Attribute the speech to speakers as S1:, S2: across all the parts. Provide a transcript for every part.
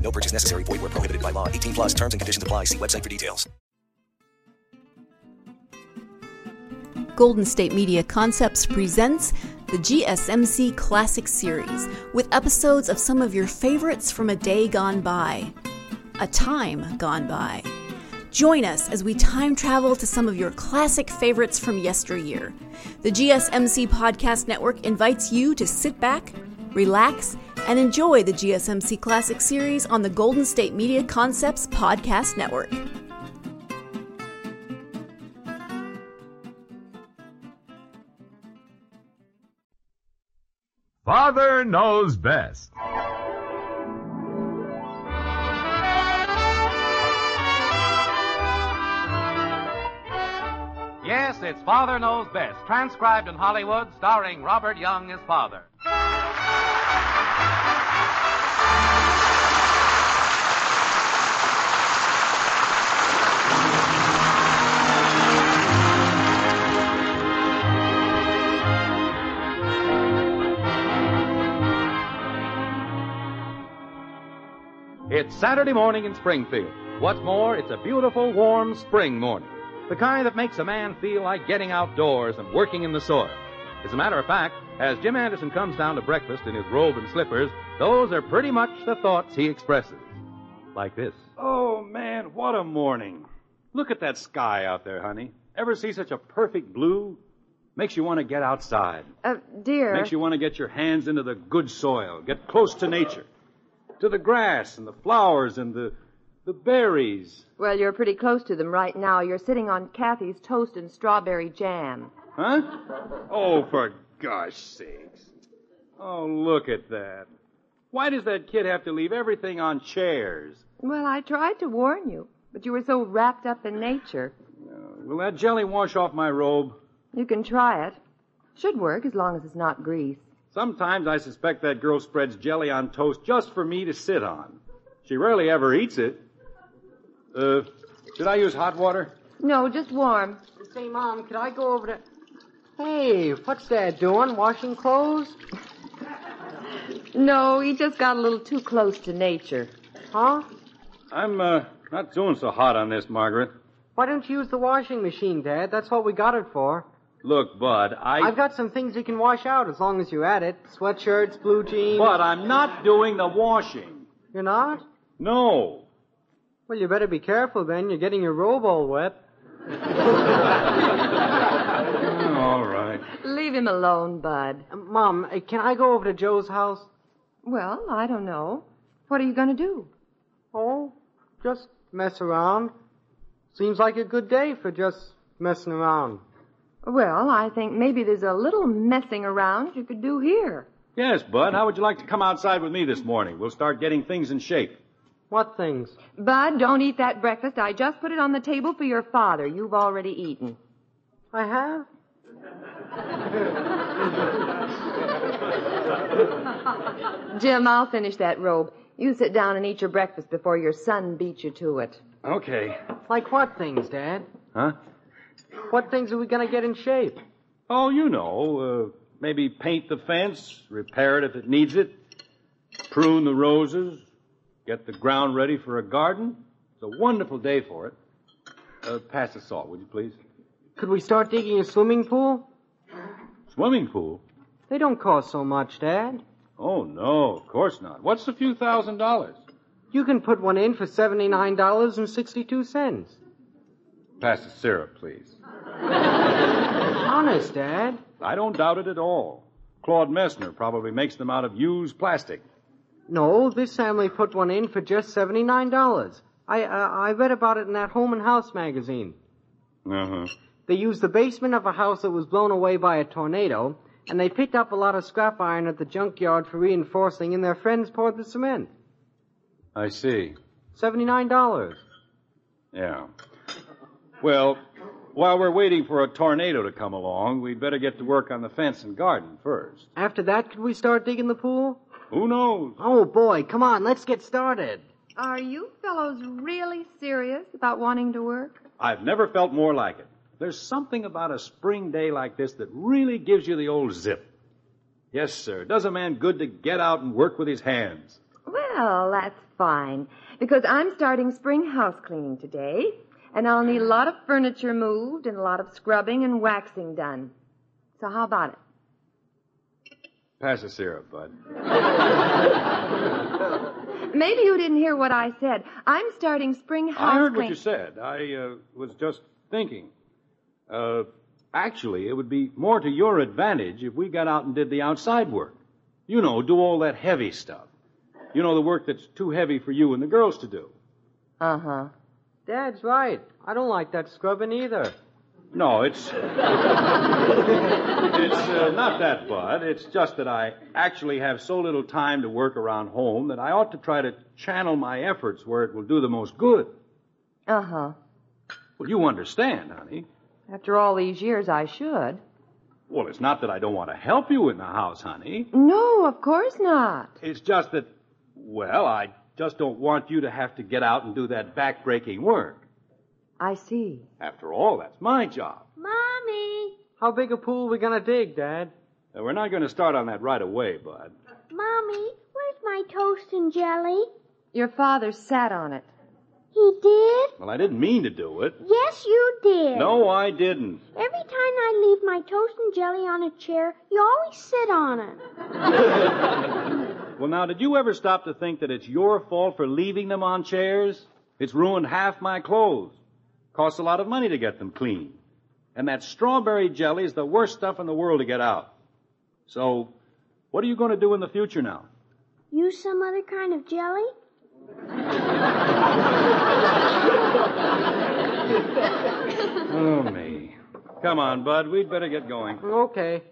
S1: No purchase necessary. Void where prohibited by law. 18 plus terms and conditions apply. See website for details.
S2: Golden State Media Concepts presents the GSMC Classic Series with episodes of some of your favorites from a day gone by, a time gone by. Join us as we time travel to some of your classic favorites from yesteryear. The GSMC Podcast Network invites you to sit back, relax, and enjoy the GSMC Classic Series on the Golden State Media Concepts Podcast Network.
S3: Father knows best.
S4: Yes, it's Father Knows Best, transcribed in Hollywood, starring Robert Young as father. It's Saturday morning in Springfield. What's more, it's a beautiful, warm spring morning. The kind that makes a man feel like getting outdoors and working in the soil. As a matter of fact, as Jim Anderson comes down to breakfast in his robe and slippers, those are pretty much the thoughts he expresses. Like this.
S5: Oh, man, what a morning. Look at that sky out there, honey. Ever see such a perfect blue? Makes you want to get outside.
S6: Uh, dear.
S5: Makes you want to get your hands into the good soil, get close to nature, to the grass and the flowers and the, the berries.
S6: Well, you're pretty close to them right now. You're sitting on Kathy's toast and strawberry jam.
S5: Huh? Oh, for gosh sakes. Oh, look at that. Why does that kid have to leave everything on chairs?
S6: Well, I tried to warn you, but you were so wrapped up in nature.
S5: Will that jelly wash off my robe?
S6: You can try it. Should work as long as it's not grease.
S5: Sometimes I suspect that girl spreads jelly on toast just for me to sit on. She rarely ever eats it. Uh, did I use hot water?
S6: No, just warm.
S7: Say, Mom, could I go over to. Hey, what's that doing? Washing clothes?
S6: No, he just got a little too close to nature.
S7: Huh?
S5: I'm uh, not doing so hot on this, Margaret.
S7: Why don't you use the washing machine, Dad? That's what we got it for.
S5: Look, Bud, I.
S7: I've got some things you can wash out as long as you're at it sweatshirts, blue jeans.
S5: But I'm not doing the washing.
S7: You're not?
S5: No.
S7: Well, you better be careful then. You're getting your robe all wet.
S5: All right.
S6: Leave him alone, Bud.
S7: Uh, Mom, uh, can I go over to Joe's house?
S6: Well, I don't know. What are you going to do?
S7: Oh, just mess around. Seems like a good day for just messing around.
S6: Well, I think maybe there's a little messing around you could do here.
S5: Yes, Bud, how would you like to come outside with me this morning? We'll start getting things in shape.
S7: What things?
S6: Bud, don't eat that breakfast. I just put it on the table for your father. You've already eaten.
S7: I have?
S6: Jim, I'll finish that robe. You sit down and eat your breakfast before your son beats you to it.
S5: Okay.
S7: Like what things, Dad?
S5: Huh?
S7: What things are we gonna get in shape?
S5: Oh, you know, uh, maybe paint the fence, repair it if it needs it, prune the roses, get the ground ready for a garden. It's a wonderful day for it. Uh, pass the salt, would you please?
S7: Could we start digging a swimming pool?
S5: Swimming pool?
S7: They don't cost so much, Dad.
S5: Oh, no, of course not. What's a few thousand dollars?
S7: You can put one in for seventy-nine dollars and sixty-two cents.
S5: Pass the syrup, please.
S7: Honest, Dad.
S5: I don't doubt it at all. Claude Messner probably makes them out of used plastic.
S7: No, this family put one in for just seventy-nine dollars. I uh, I read about it in that Home and House magazine.
S5: Uh huh.
S7: They used the basement of a house that was blown away by a tornado, and they picked up a lot of scrap iron at the junkyard for reinforcing, and their friends poured the cement.
S5: I see.
S7: Seventy-nine dollars.
S5: Yeah. Well, while we're waiting for a tornado to come along, we'd better get to work on the fence and garden first.
S7: After that, could we start digging the pool?
S5: Who knows?
S7: Oh boy, come on, let's get started.
S6: Are you fellows really serious about wanting to work?
S5: I've never felt more like it. There's something about a spring day like this that really gives you the old zip. Yes, sir. Does a man good to get out and work with his hands.
S6: Well, that's fine, because I'm starting spring house cleaning today, and I'll need a lot of furniture moved and a lot of scrubbing and waxing done. So how about it?
S5: Pass the syrup, bud.
S6: Maybe you didn't hear what I said. I'm starting spring house
S5: I heard what
S6: clean-
S5: you said. I uh, was just thinking. Uh, actually, it would be more to your advantage if we got out and did the outside work. You know, do all that heavy stuff. You know, the work that's too heavy for you and the girls to do.
S6: Uh-huh.
S7: Dad's right. I don't like that scrubbing either.
S5: No, it's. it's uh, not that, Bud. It's just that I actually have so little time to work around home that I ought to try to channel my efforts where it will do the most good.
S6: Uh-huh.
S5: Well, you understand, honey.
S6: After all these years, I should.
S5: Well, it's not that I don't want to help you in the house, honey.
S6: No, of course not.
S5: It's just that, well, I just don't want you to have to get out and do that back-breaking work.
S6: I see.
S5: After all, that's my job.
S8: Mommy!
S7: How big a pool we gonna dig, Dad?
S5: Now, we're not going to start on that right away, Bud.
S8: Mommy, where's my toast and jelly?
S6: Your father sat on it.
S8: He did?
S5: Well, I didn't mean to do it.
S8: Yes, you did.
S5: No, I didn't.
S8: Every time I leave my toast and jelly on a chair, you always sit on it.
S5: Well, now, did you ever stop to think that it's your fault for leaving them on chairs? It's ruined half my clothes. Costs a lot of money to get them clean. And that strawberry jelly is the worst stuff in the world to get out. So, what are you going to do in the future now?
S8: Use some other kind of jelly?
S5: Oh, me. Come on, Bud. We'd better get going.
S7: Okay.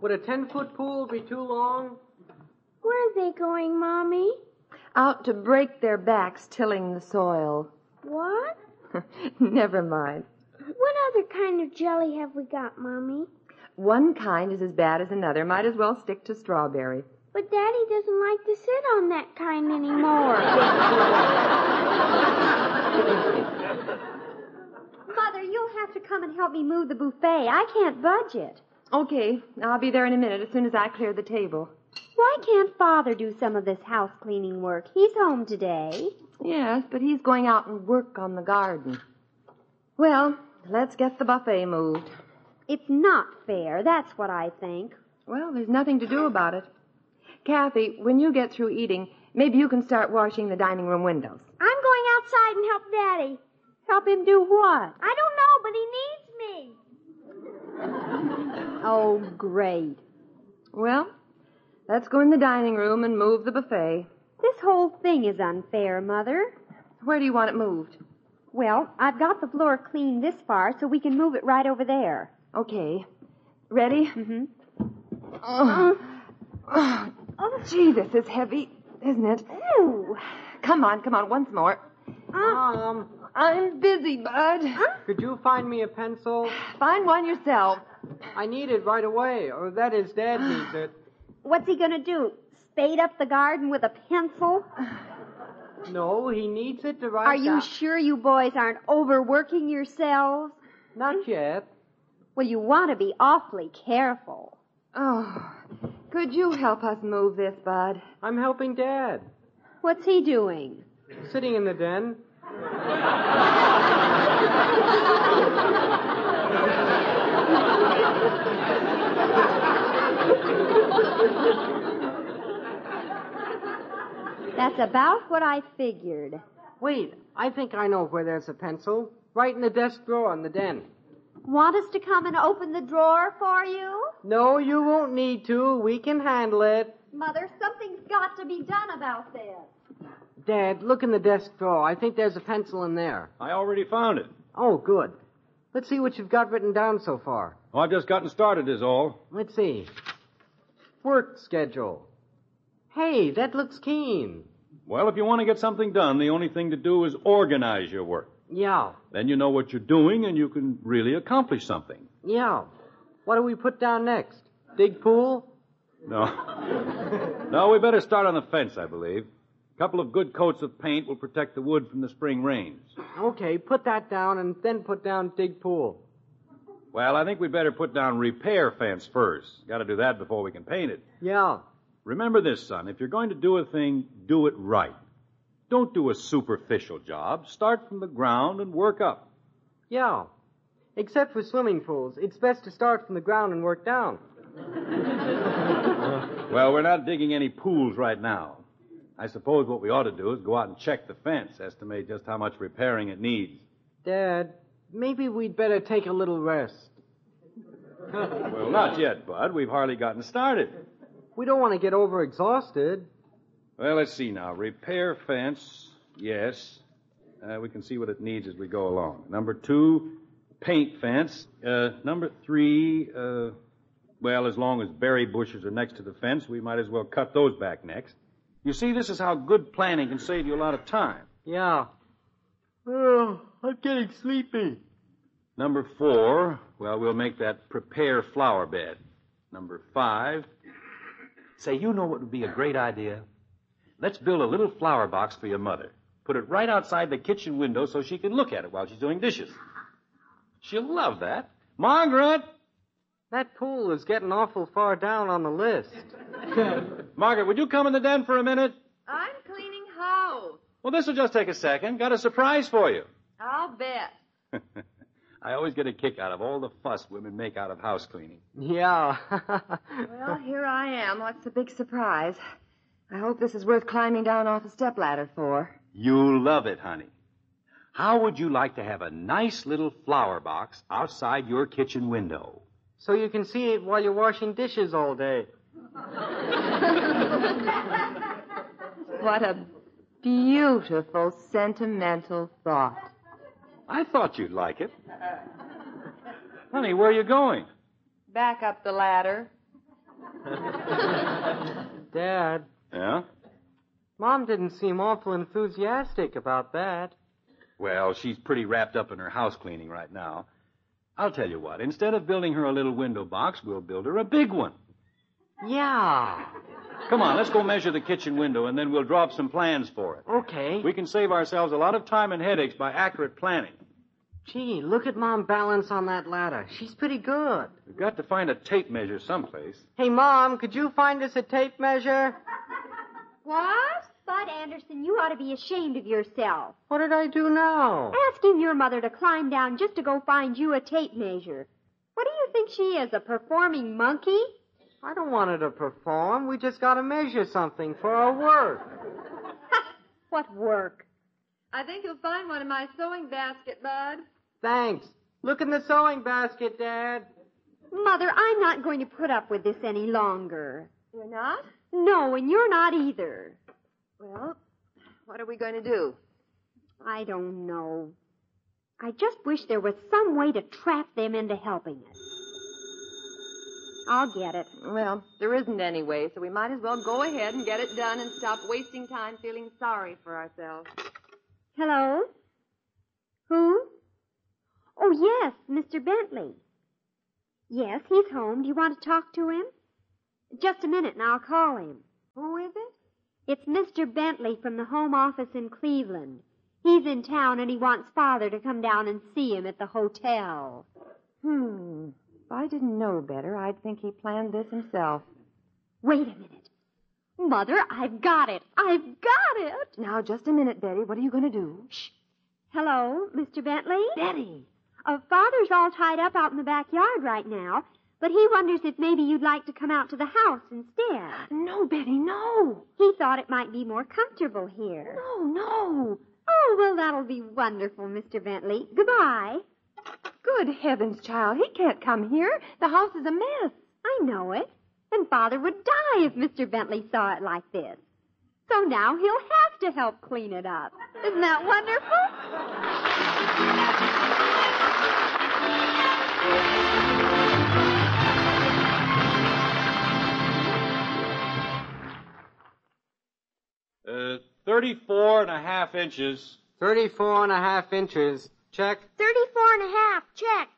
S7: Would a ten foot pool be too long?
S8: Where are they going, Mommy?
S6: Out to break their backs tilling the soil.
S8: What?
S6: Never mind.
S8: What other kind of jelly have we got, Mommy?
S6: One kind is as bad as another. Might as well stick to strawberry.
S8: But Daddy doesn't like to sit on that kind anymore. Mother, you'll have to come and help me move the buffet. I can't budge it.
S6: Okay, I'll be there in a minute as soon as I clear the table.
S8: Why can't Father do some of this house cleaning work? He's home today.
S6: Yes, but he's going out and work on the garden. Well, let's get the buffet moved.
S8: It's not fair. That's what I think.
S6: Well, there's nothing to do about it. Kathy, when you get through eating, maybe you can start washing the dining room windows.
S8: I'm going outside and help Daddy. Help him do what? I don't know, but he needs me. oh, great.
S6: Well, let's go in the dining room and move the buffet.
S8: This whole thing is unfair, Mother.
S6: Where do you want it moved?
S8: Well, I've got the floor cleaned this far, so we can move it right over there.
S6: Okay. Ready? Mm-hmm. Oh. Oh. gee, this is heavy, isn't it?
S8: Ew.
S6: Come on, come on, once more.
S7: Mom,
S6: I'm busy, Bud.
S7: could you find me a pencil?
S6: Find one yourself.
S7: I need it right away, or that is Dad needs it.
S8: What's he gonna do? Spade up the garden with a pencil?
S7: No, he needs it to write.
S8: Are you
S7: down-
S8: sure you boys aren't overworking yourselves?
S7: Not yet.
S8: Well, you want to be awfully careful.
S6: Oh, could you help us move this, Bud?
S7: I'm helping Dad.
S8: What's he doing?
S7: Sitting in the den.
S8: That's about what I figured.
S7: Wait, I think I know where there's a pencil. Right in the desk drawer in the den.
S8: Want us to come and open the drawer for you?
S7: No, you won't need to. We can handle it.
S8: Mother, something's got to be done about this.
S7: Dad, look in the desk drawer. I think there's a pencil in there.
S5: I already found it.
S7: Oh, good. Let's see what you've got written down so far.
S5: Oh, I've just gotten started, is all.
S7: Let's see. Work schedule. Hey, that looks keen.
S5: Well, if you want to get something done, the only thing to do is organize your work.
S7: Yeah,
S5: Then you know what you're doing and you can really accomplish something.
S7: yeah. What do we put down next? Dig pool?
S5: No. no, we better start on the fence, I believe. A couple of good coats of paint will protect the wood from the spring rains.
S7: Okay, put that down and then put down dig pool.
S5: Well, I think we better put down repair fence first. Got to do that before we can paint it.
S7: Yeah,
S5: Remember this, son. If you're going to do a thing, do it right. Don't do a superficial job. Start from the ground and work up.
S7: yeah. Except for swimming pools. It's best to start from the ground and work down.
S5: Well, we're not digging any pools right now. I suppose what we ought to do is go out and check the fence, estimate just how much repairing it needs.
S7: Dad, maybe we'd better take a little rest.
S5: Well, not yet, Bud. We've hardly gotten started.
S7: We don't want to get overexhausted.
S5: Well, let's see now. Repair fence, yes. Uh, we can see what it needs as we go along. Number two, paint fence. Uh, number three, uh, well, as long as berry bushes are next to the fence, we might as well cut those back next. You see, this is how good planning can save you a lot of time.
S7: Yeah. Oh, I'm getting sleepy.
S5: Number four, well, we'll make that prepare flower bed. Number five, say, you know what would be a great idea? Let's build a little flower box for your mother. Put it right outside the kitchen window so she can look at it while she's doing dishes. She'll love that. Margaret!
S7: That pool is getting awful far down on the list.
S5: Margaret, would you come in the den for a minute?
S6: I'm cleaning house.
S5: Well, this'll just take a second. Got a surprise for you.
S6: I'll bet.
S5: I always get a kick out of all the fuss women make out of house cleaning.
S7: Yeah.
S6: Well, Oh, here I am. What's the big surprise? I hope this is worth climbing down off a stepladder for.
S5: You'll love it, honey. How would you like to have a nice little flower box outside your kitchen window?
S7: so you can see it while you're washing dishes all day.
S6: What a beautiful, sentimental thought.
S5: I thought you'd like it. honey, where are you going?
S6: Back up the ladder.
S7: Dad,
S5: Yeah?
S7: Mom didn't seem awful enthusiastic about that.
S5: Well, she's pretty wrapped up in her house cleaning right now. I'll tell you what, instead of building her a little window box, we'll build her a big one.
S7: Yeah.
S5: Come on, let's go measure the kitchen window and then we'll draw up some plans for it.
S7: Okay.
S5: We can save ourselves a lot of time and headaches by accurate planning.
S7: Gee, look at Mom balance on that ladder. She's pretty good.
S5: We've got to find a tape measure someplace.
S7: Hey, Mom, could you find us a tape measure?
S8: What? Bud Anderson, you ought to be ashamed of yourself.
S7: What did I do now?
S8: Asking your mother to climb down just to go find you a tape measure. What do you think she is, a performing monkey?
S7: I don't want her to perform. We just gotta measure something for our work.
S8: What work?
S6: I think you'll find one in my sewing basket, Bud.
S7: Thanks. Look in the sewing basket, Dad.
S8: Mother, I'm not going to put up with this any longer.
S6: You're not?
S8: No, and you're not either.
S6: Well, what are we going to do?
S8: I don't know. I just wish there was some way to trap them into helping us. I'll get it.
S6: Well, there isn't any way, so we might as well go ahead and get it done and stop wasting time feeling sorry for ourselves.
S8: Hello? Who? Oh, yes, Mr. Bentley. Yes, he's home. Do you want to talk to him? Just a minute and I'll call him.
S6: Who is it?
S8: It's Mr. Bentley from the home office in Cleveland. He's in town and he wants Father to come down and see him at the hotel.
S6: Hmm. If I didn't know better, I'd think he planned this himself.
S8: Wait a minute. Mother, I've got it. I've got it.
S6: Now, just a minute, Betty. What are you going to do? Shh.
S8: Hello, Mr. Bentley?
S6: Betty.
S8: Uh, Father's all tied up out in the backyard right now, but he wonders if maybe you'd like to come out to the house instead.
S6: No, Betty, no.
S8: He thought it might be more comfortable here.
S6: No, no.
S9: Oh, well, that'll be wonderful, Mr. Bentley. Goodbye.
S6: Good heavens, child. He can't come here. The house is a mess.
S9: I know it. And Father would die if Mr. Bentley saw it like this. So now he'll have to help clean it up. Isn't that wonderful?
S5: Uh, 34 and a half inches.
S7: 34 and a half inches. Check.
S10: 34 and a half. Check.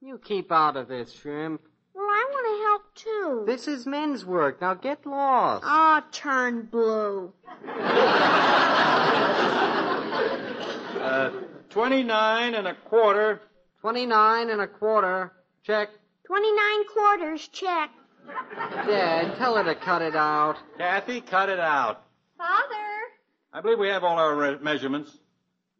S7: You keep out of this, Shrimp.
S10: Well, I want to help too.
S7: This is men's work. Now get lost.
S10: Oh, turn blue.
S5: Uh, 29 and a quarter.
S7: 29 and a quarter. Check.
S10: 29 quarters. Check.
S7: Dad, tell her to cut it out.
S5: Kathy, cut it out.
S9: Father!
S5: I believe we have all our re- measurements.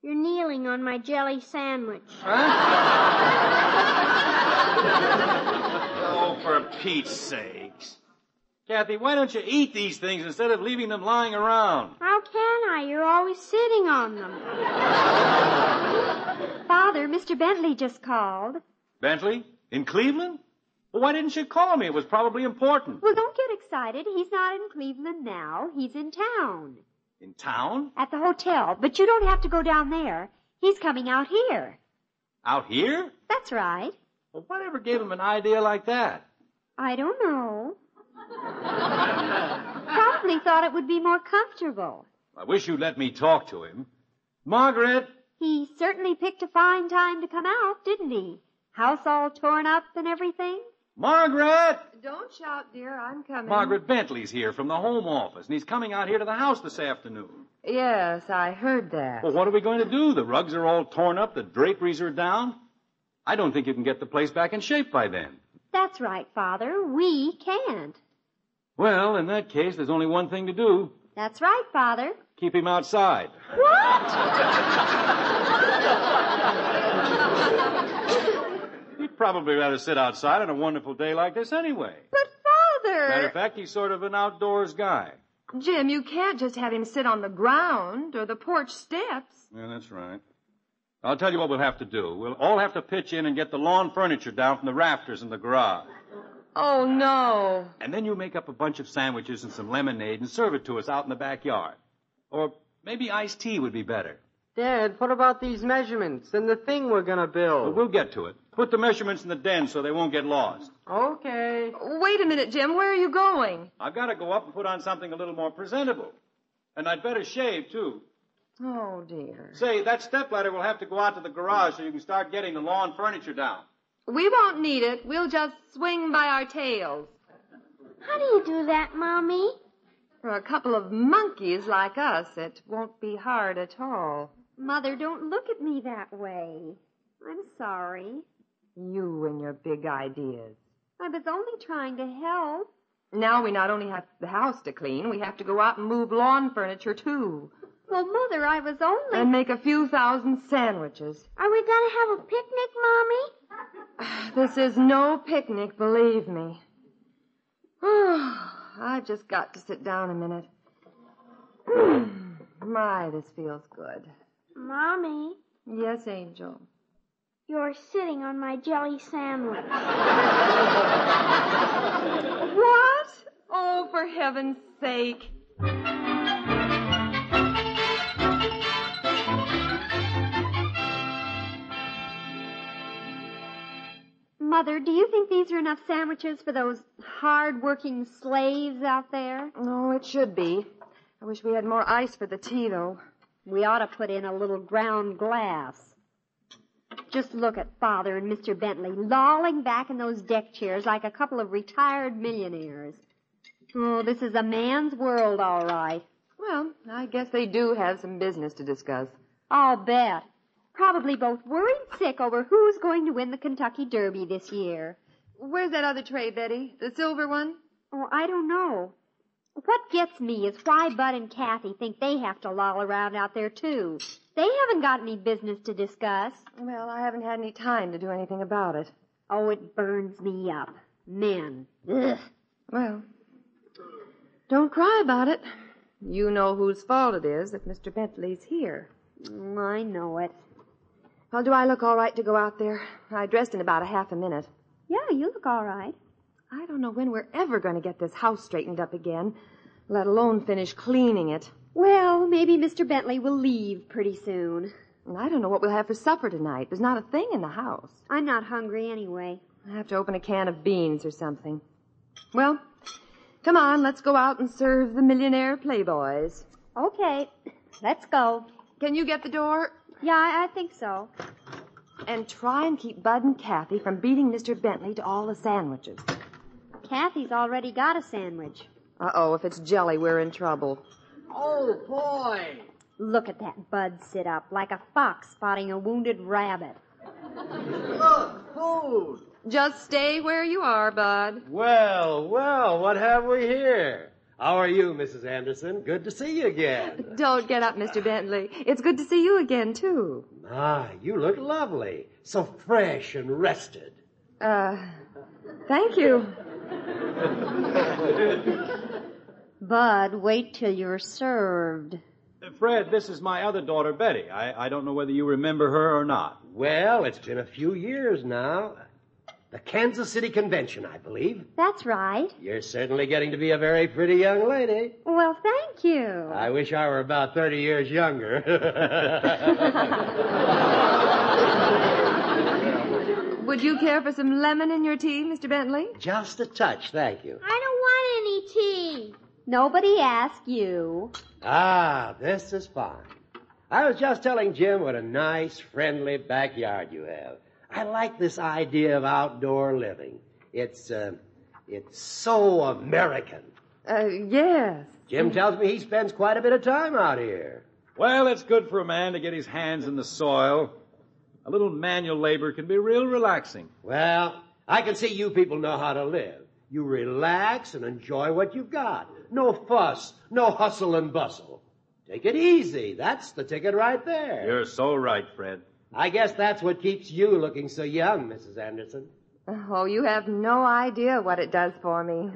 S10: You're kneeling on my jelly sandwich.
S5: Oh, for Pete's sakes. Kathy, why don't you eat these things instead of leaving them lying around?
S10: How can I? You're always sitting on them.
S9: Father, Mr. Bentley just called.
S5: Bentley? In Cleveland? Well, why didn't you call me? It was probably important.
S9: Well, don't get excited. He's not in Cleveland now. He's in town.
S5: In town?
S9: At the hotel. But you don't have to go down there. He's coming out here.
S5: Out here?
S9: That's right.
S5: Well, whatever gave him an idea like that?
S9: I don't know. Probably thought it would be more comfortable.
S5: I wish you'd let me talk to him. Margaret!
S9: He certainly picked a fine time to come out, didn't he? House all torn up and everything.
S5: Margaret!
S6: Don't shout, dear. I'm coming.
S5: Margaret Bentley's here from the home office, and he's coming out here to the house this afternoon.
S6: Yes, I heard that.
S5: Well, what are we going to do? The rugs are all torn up, the draperies are down. I don't think you can get the place back in shape by then.
S9: That's right, Father. We can't.
S5: Well, in that case, there's only one thing to do.
S9: That's right, Father.
S5: Keep him outside.
S9: What?
S5: He'd probably rather sit outside on a wonderful day like this anyway.
S6: But, Father.
S5: Matter of fact, he's sort of an outdoors guy.
S6: Jim, you can't just have him sit on the ground or the porch steps.
S5: Yeah, that's right. I'll tell you what we'll have to do. We'll all have to pitch in and get the lawn furniture down from the rafters in the garage.
S6: Oh, no.
S5: And then you make up a bunch of sandwiches and some lemonade and serve it to us out in the backyard. Or maybe iced tea would be better.
S7: Dad, what about these measurements and the thing we're gonna build?
S5: Well, we'll get to it. Put the measurements in the den so they won't get lost.
S7: Okay.
S6: Wait a minute, Jim. Where are you going?
S5: I've got to go up and put on something a little more presentable. And I'd better shave, too.
S6: Oh, dear.
S5: Say, that stepladder will have to go out to the garage so you can start getting the lawn furniture down.
S6: We won't need it. We'll just swing by our tails.
S10: How do you do that, Mommy?
S6: For a couple of monkeys like us, it won't be hard at all.
S9: Mother, don't look at me that way. I'm sorry.
S6: You and your big ideas.
S9: I was only trying to help.
S6: Now we not only have the house to clean, we have to go out and move lawn furniture, too.
S9: Well, Mother, I was only.
S6: And make a few thousand sandwiches.
S10: Are we going to have a picnic, Mommy?
S6: this is no picnic, believe me. I've just got to sit down a minute. My, this feels good.
S10: Mommy?
S6: Yes, Angel.
S8: You're sitting on my jelly sandwich. what?
S6: Oh, for heaven's sake.
S9: Mother, do you think these are enough sandwiches for those hard-working slaves out there?
S6: Oh, it should be. I wish we had more ice for the tea, though.
S9: We ought to put in a little ground glass. Just look at Father and Mr. Bentley lolling back in those deck chairs like a couple of retired millionaires. Oh, this is a man's world, all right.
S6: Well, I guess they do have some business to discuss.
S9: I'll bet. Probably both worried sick over who's going to win the Kentucky Derby this year.
S6: Where's that other tray, Betty? The silver one?
S9: Oh, I don't know. What gets me is why Bud and Kathy think they have to loll around out there, too. They haven't got any business to discuss.
S6: Well, I haven't had any time to do anything about it.
S9: Oh, it burns me up. Men. Ugh.
S6: Well, don't cry about it. You know whose fault it is if Mr. Bentley's here. Mm,
S9: Oh, I know it.
S6: Well, do I look all right to go out there? I dressed in about a half a minute.
S9: Yeah, you look all right.
S6: I don't know when we're ever going to get this house straightened up again, let alone finish cleaning it.
S9: Well, maybe Mr. Bentley will leave pretty soon.
S6: And I don't know what we'll have for supper tonight. There's not a thing in the house.
S9: I'm not hungry anyway.
S6: I have to open a can of beans or something. Well, come on, let's go out and serve the millionaire playboys.
S9: Okay, let's go.
S6: Can you get the door?
S9: Yeah, I, I think so.
S6: And try and keep Bud and Kathy from beating Mr. Bentley to all the sandwiches.
S9: Kathy's already got a sandwich.
S6: Uh oh, if it's jelly, we're in trouble.
S11: Oh, boy!
S9: Look at that bud sit up like a fox spotting a wounded rabbit.
S11: Look, food!
S6: Just stay where you are, bud.
S7: Well, well, what have we here? How are you, Mrs. Anderson? Good to see you again.
S6: Don't get up, Mr. Bentley. It's good to see you again, too.
S7: My, Ah, you look lovely. So fresh and rested.
S6: Uh, thank you.
S9: Bud, wait till you're served.
S5: Fred, this is my other daughter, Betty. I, I don't know whether you remember her or not.
S7: Well, it's been a few years now. The Kansas City Convention, I believe.
S9: That's right.
S7: You're certainly getting to be a very pretty young lady.
S9: Well, thank you.
S7: I wish I were about 30 years younger.
S6: Would you care for some lemon in your tea, Mr. Bentley?
S7: Just a touch, thank you.
S8: I don't want any tea.
S9: Nobody asked you.
S7: Ah, this is fine. I was just telling Jim what a nice, friendly backyard you have. I like this idea of outdoor living. It's, uh, it's so American.
S6: Uh, yes.
S7: Jim tells me he spends quite a bit of time out here.
S5: Well, it's good for a man to get his hands in the soil. A little manual labor can be real relaxing.
S7: Well, I can see you people know how to live. You relax and enjoy what you've got. No fuss, no hustle and bustle. Take it easy. That's the ticket right there.
S5: You're so right, Fred.
S7: I guess that's what keeps you looking so young, Mrs. Anderson.
S6: Oh, you have no idea what it does for me.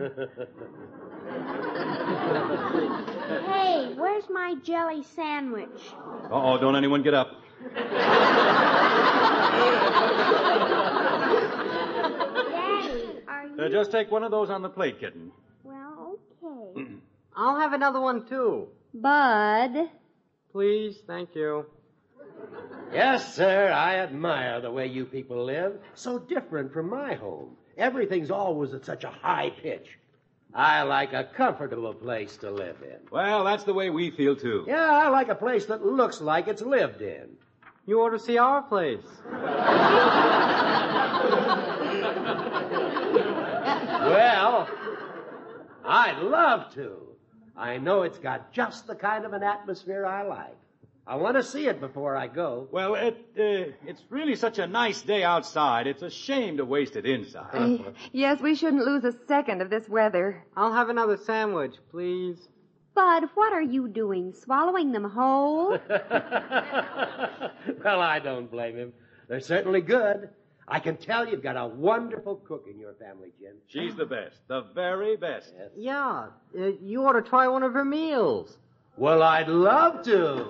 S8: hey, where's my jelly sandwich?
S5: Uh oh, don't anyone get up.
S8: Daddy, are you.
S5: Uh, just take one of those on the plate, kitten.
S8: Well, okay.
S11: I'll have another one, too.
S9: Bud.
S11: Please, thank you.
S7: Yes, sir, I admire the way you people live. So different from my home. Everything's always at such a high pitch. I like a comfortable place to live in.
S5: Well, that's the way we feel, too.
S7: Yeah, I like a place that looks like it's lived in.
S11: You ought to see our place.
S7: well, I'd love to. I know it's got just the kind of an atmosphere I like. I want to see it before I go.
S5: Well, it uh, it's really such a nice day outside. It's a shame to waste it inside.
S6: yes, we shouldn't lose a second of this weather.
S11: I'll have another sandwich, please.
S9: Bud, what are you doing? Swallowing them whole?
S7: well, I don't blame him. They're certainly good. I can tell you've got a wonderful cook in your family, Jim.
S5: She's the best, the very best.
S7: Yes.
S11: Yeah, uh, you ought to try one of her meals.
S7: Well, I'd love to.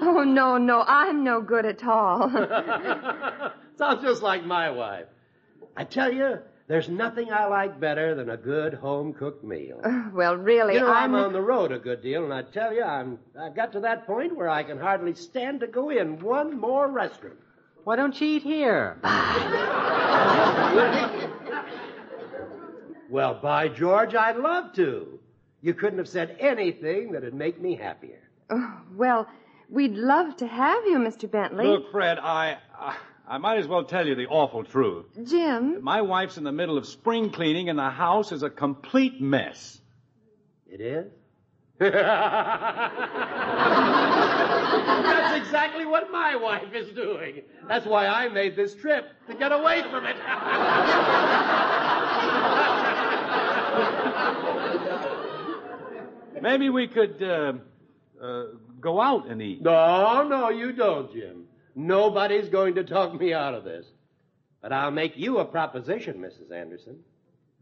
S6: Oh, no, no, I'm no good at all.
S7: Sounds just like my wife. I tell you, there's nothing I like better than a good home cooked meal.
S6: well, really,
S7: you know,
S6: Oh, I'm.
S7: I'm on the road a good deal, and I tell you, I'm I've got to that point where I can hardly stand to go in one more restaurant.
S12: Why don't you eat here?
S7: Well, by George, I'd love to. You couldn't have said anything that'd make me happier.
S6: Oh, well, we'd love to have you, Mr. Bentley.
S5: Look, Fred, I, I I might as well tell you the awful truth.
S6: Mm-hmm. Jim,
S5: My wife's in the middle of spring cleaning, and the house is a complete mess.
S7: It is? That's exactly what my wife is doing. That's why I made this trip, to get away from it.
S5: Maybe we could uh, uh, go out and eat.
S7: No, no, you don't, Jim. Nobody's going to talk me out of this. But I'll make you a proposition, Mrs. Anderson.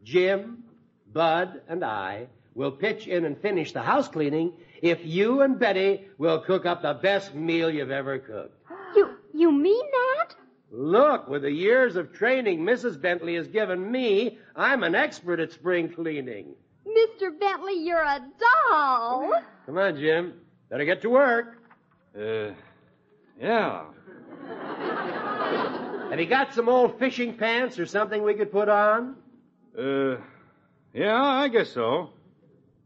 S7: Jim, Bud, and I will pitch in and finish the house cleaning if you and Betty will cook up the best meal you've ever cooked.
S9: You you mean that?
S7: Look, with the years of training Mrs. Bentley has given me, I'm an expert at spring cleaning.
S9: Mr. Bentley, you're a doll.
S7: Come on, Jim. Better get to work.
S5: Uh, yeah.
S7: Have you got some old fishing pants or something we could put on?
S5: Uh, yeah, I guess so.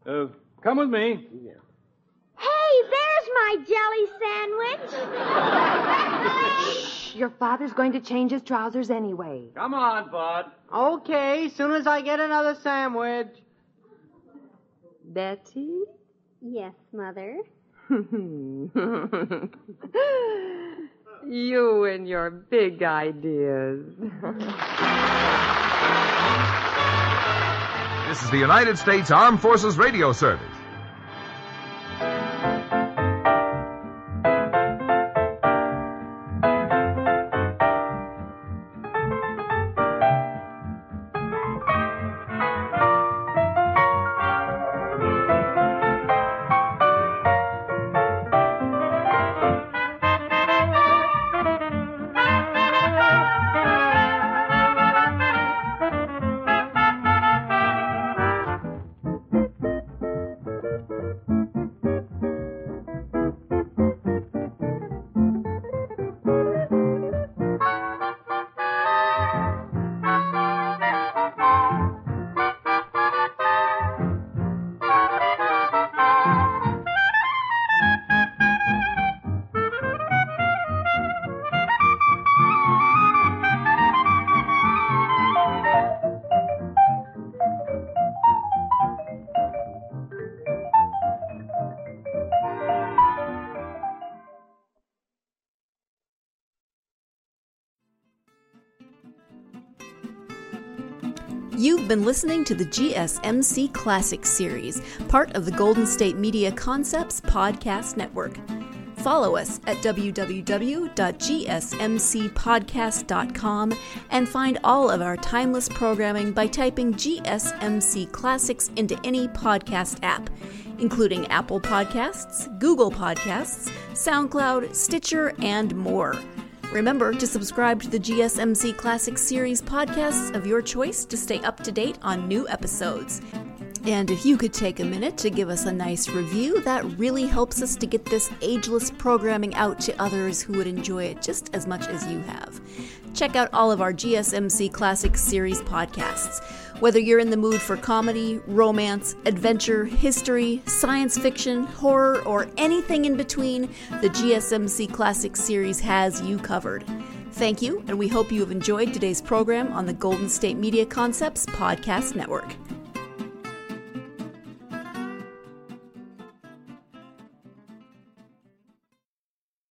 S5: Uh, come with me.
S9: Hey, there's my jelly sandwich.
S6: your father's going to change his trousers anyway.
S5: Come on, Bud.
S12: Okay, soon as I get another sandwich.
S6: Betty?
S9: yes, Mother.
S6: you and your big ideas.
S13: This is the United States Armed Forces Radio Service.
S2: You've been listening to the GSMC Classic Series, part of the Golden State Media Concepts Podcast Network. Follow us at www.gsmcpodcast.com and find all of our timeless programming by typing GSMC Classics into any podcast app, including Apple Podcasts, Google Podcasts, SoundCloud, Stitcher, and more. Remember to subscribe to the GSMC Classic Series podcasts of your choice to stay up to date on new episodes. And if you could take a minute to give us a nice review, that really helps us to get this ageless programming out to others who would enjoy it just as much as you have. Check out all of our GSMC Classic Series podcasts. Whether you're in the mood for comedy, romance, adventure, history, science fiction, horror, or anything in between, the GSMC Classic Series has you covered. Thank you, and we hope you have enjoyed today's program on the Golden State Media Concepts Podcast Network.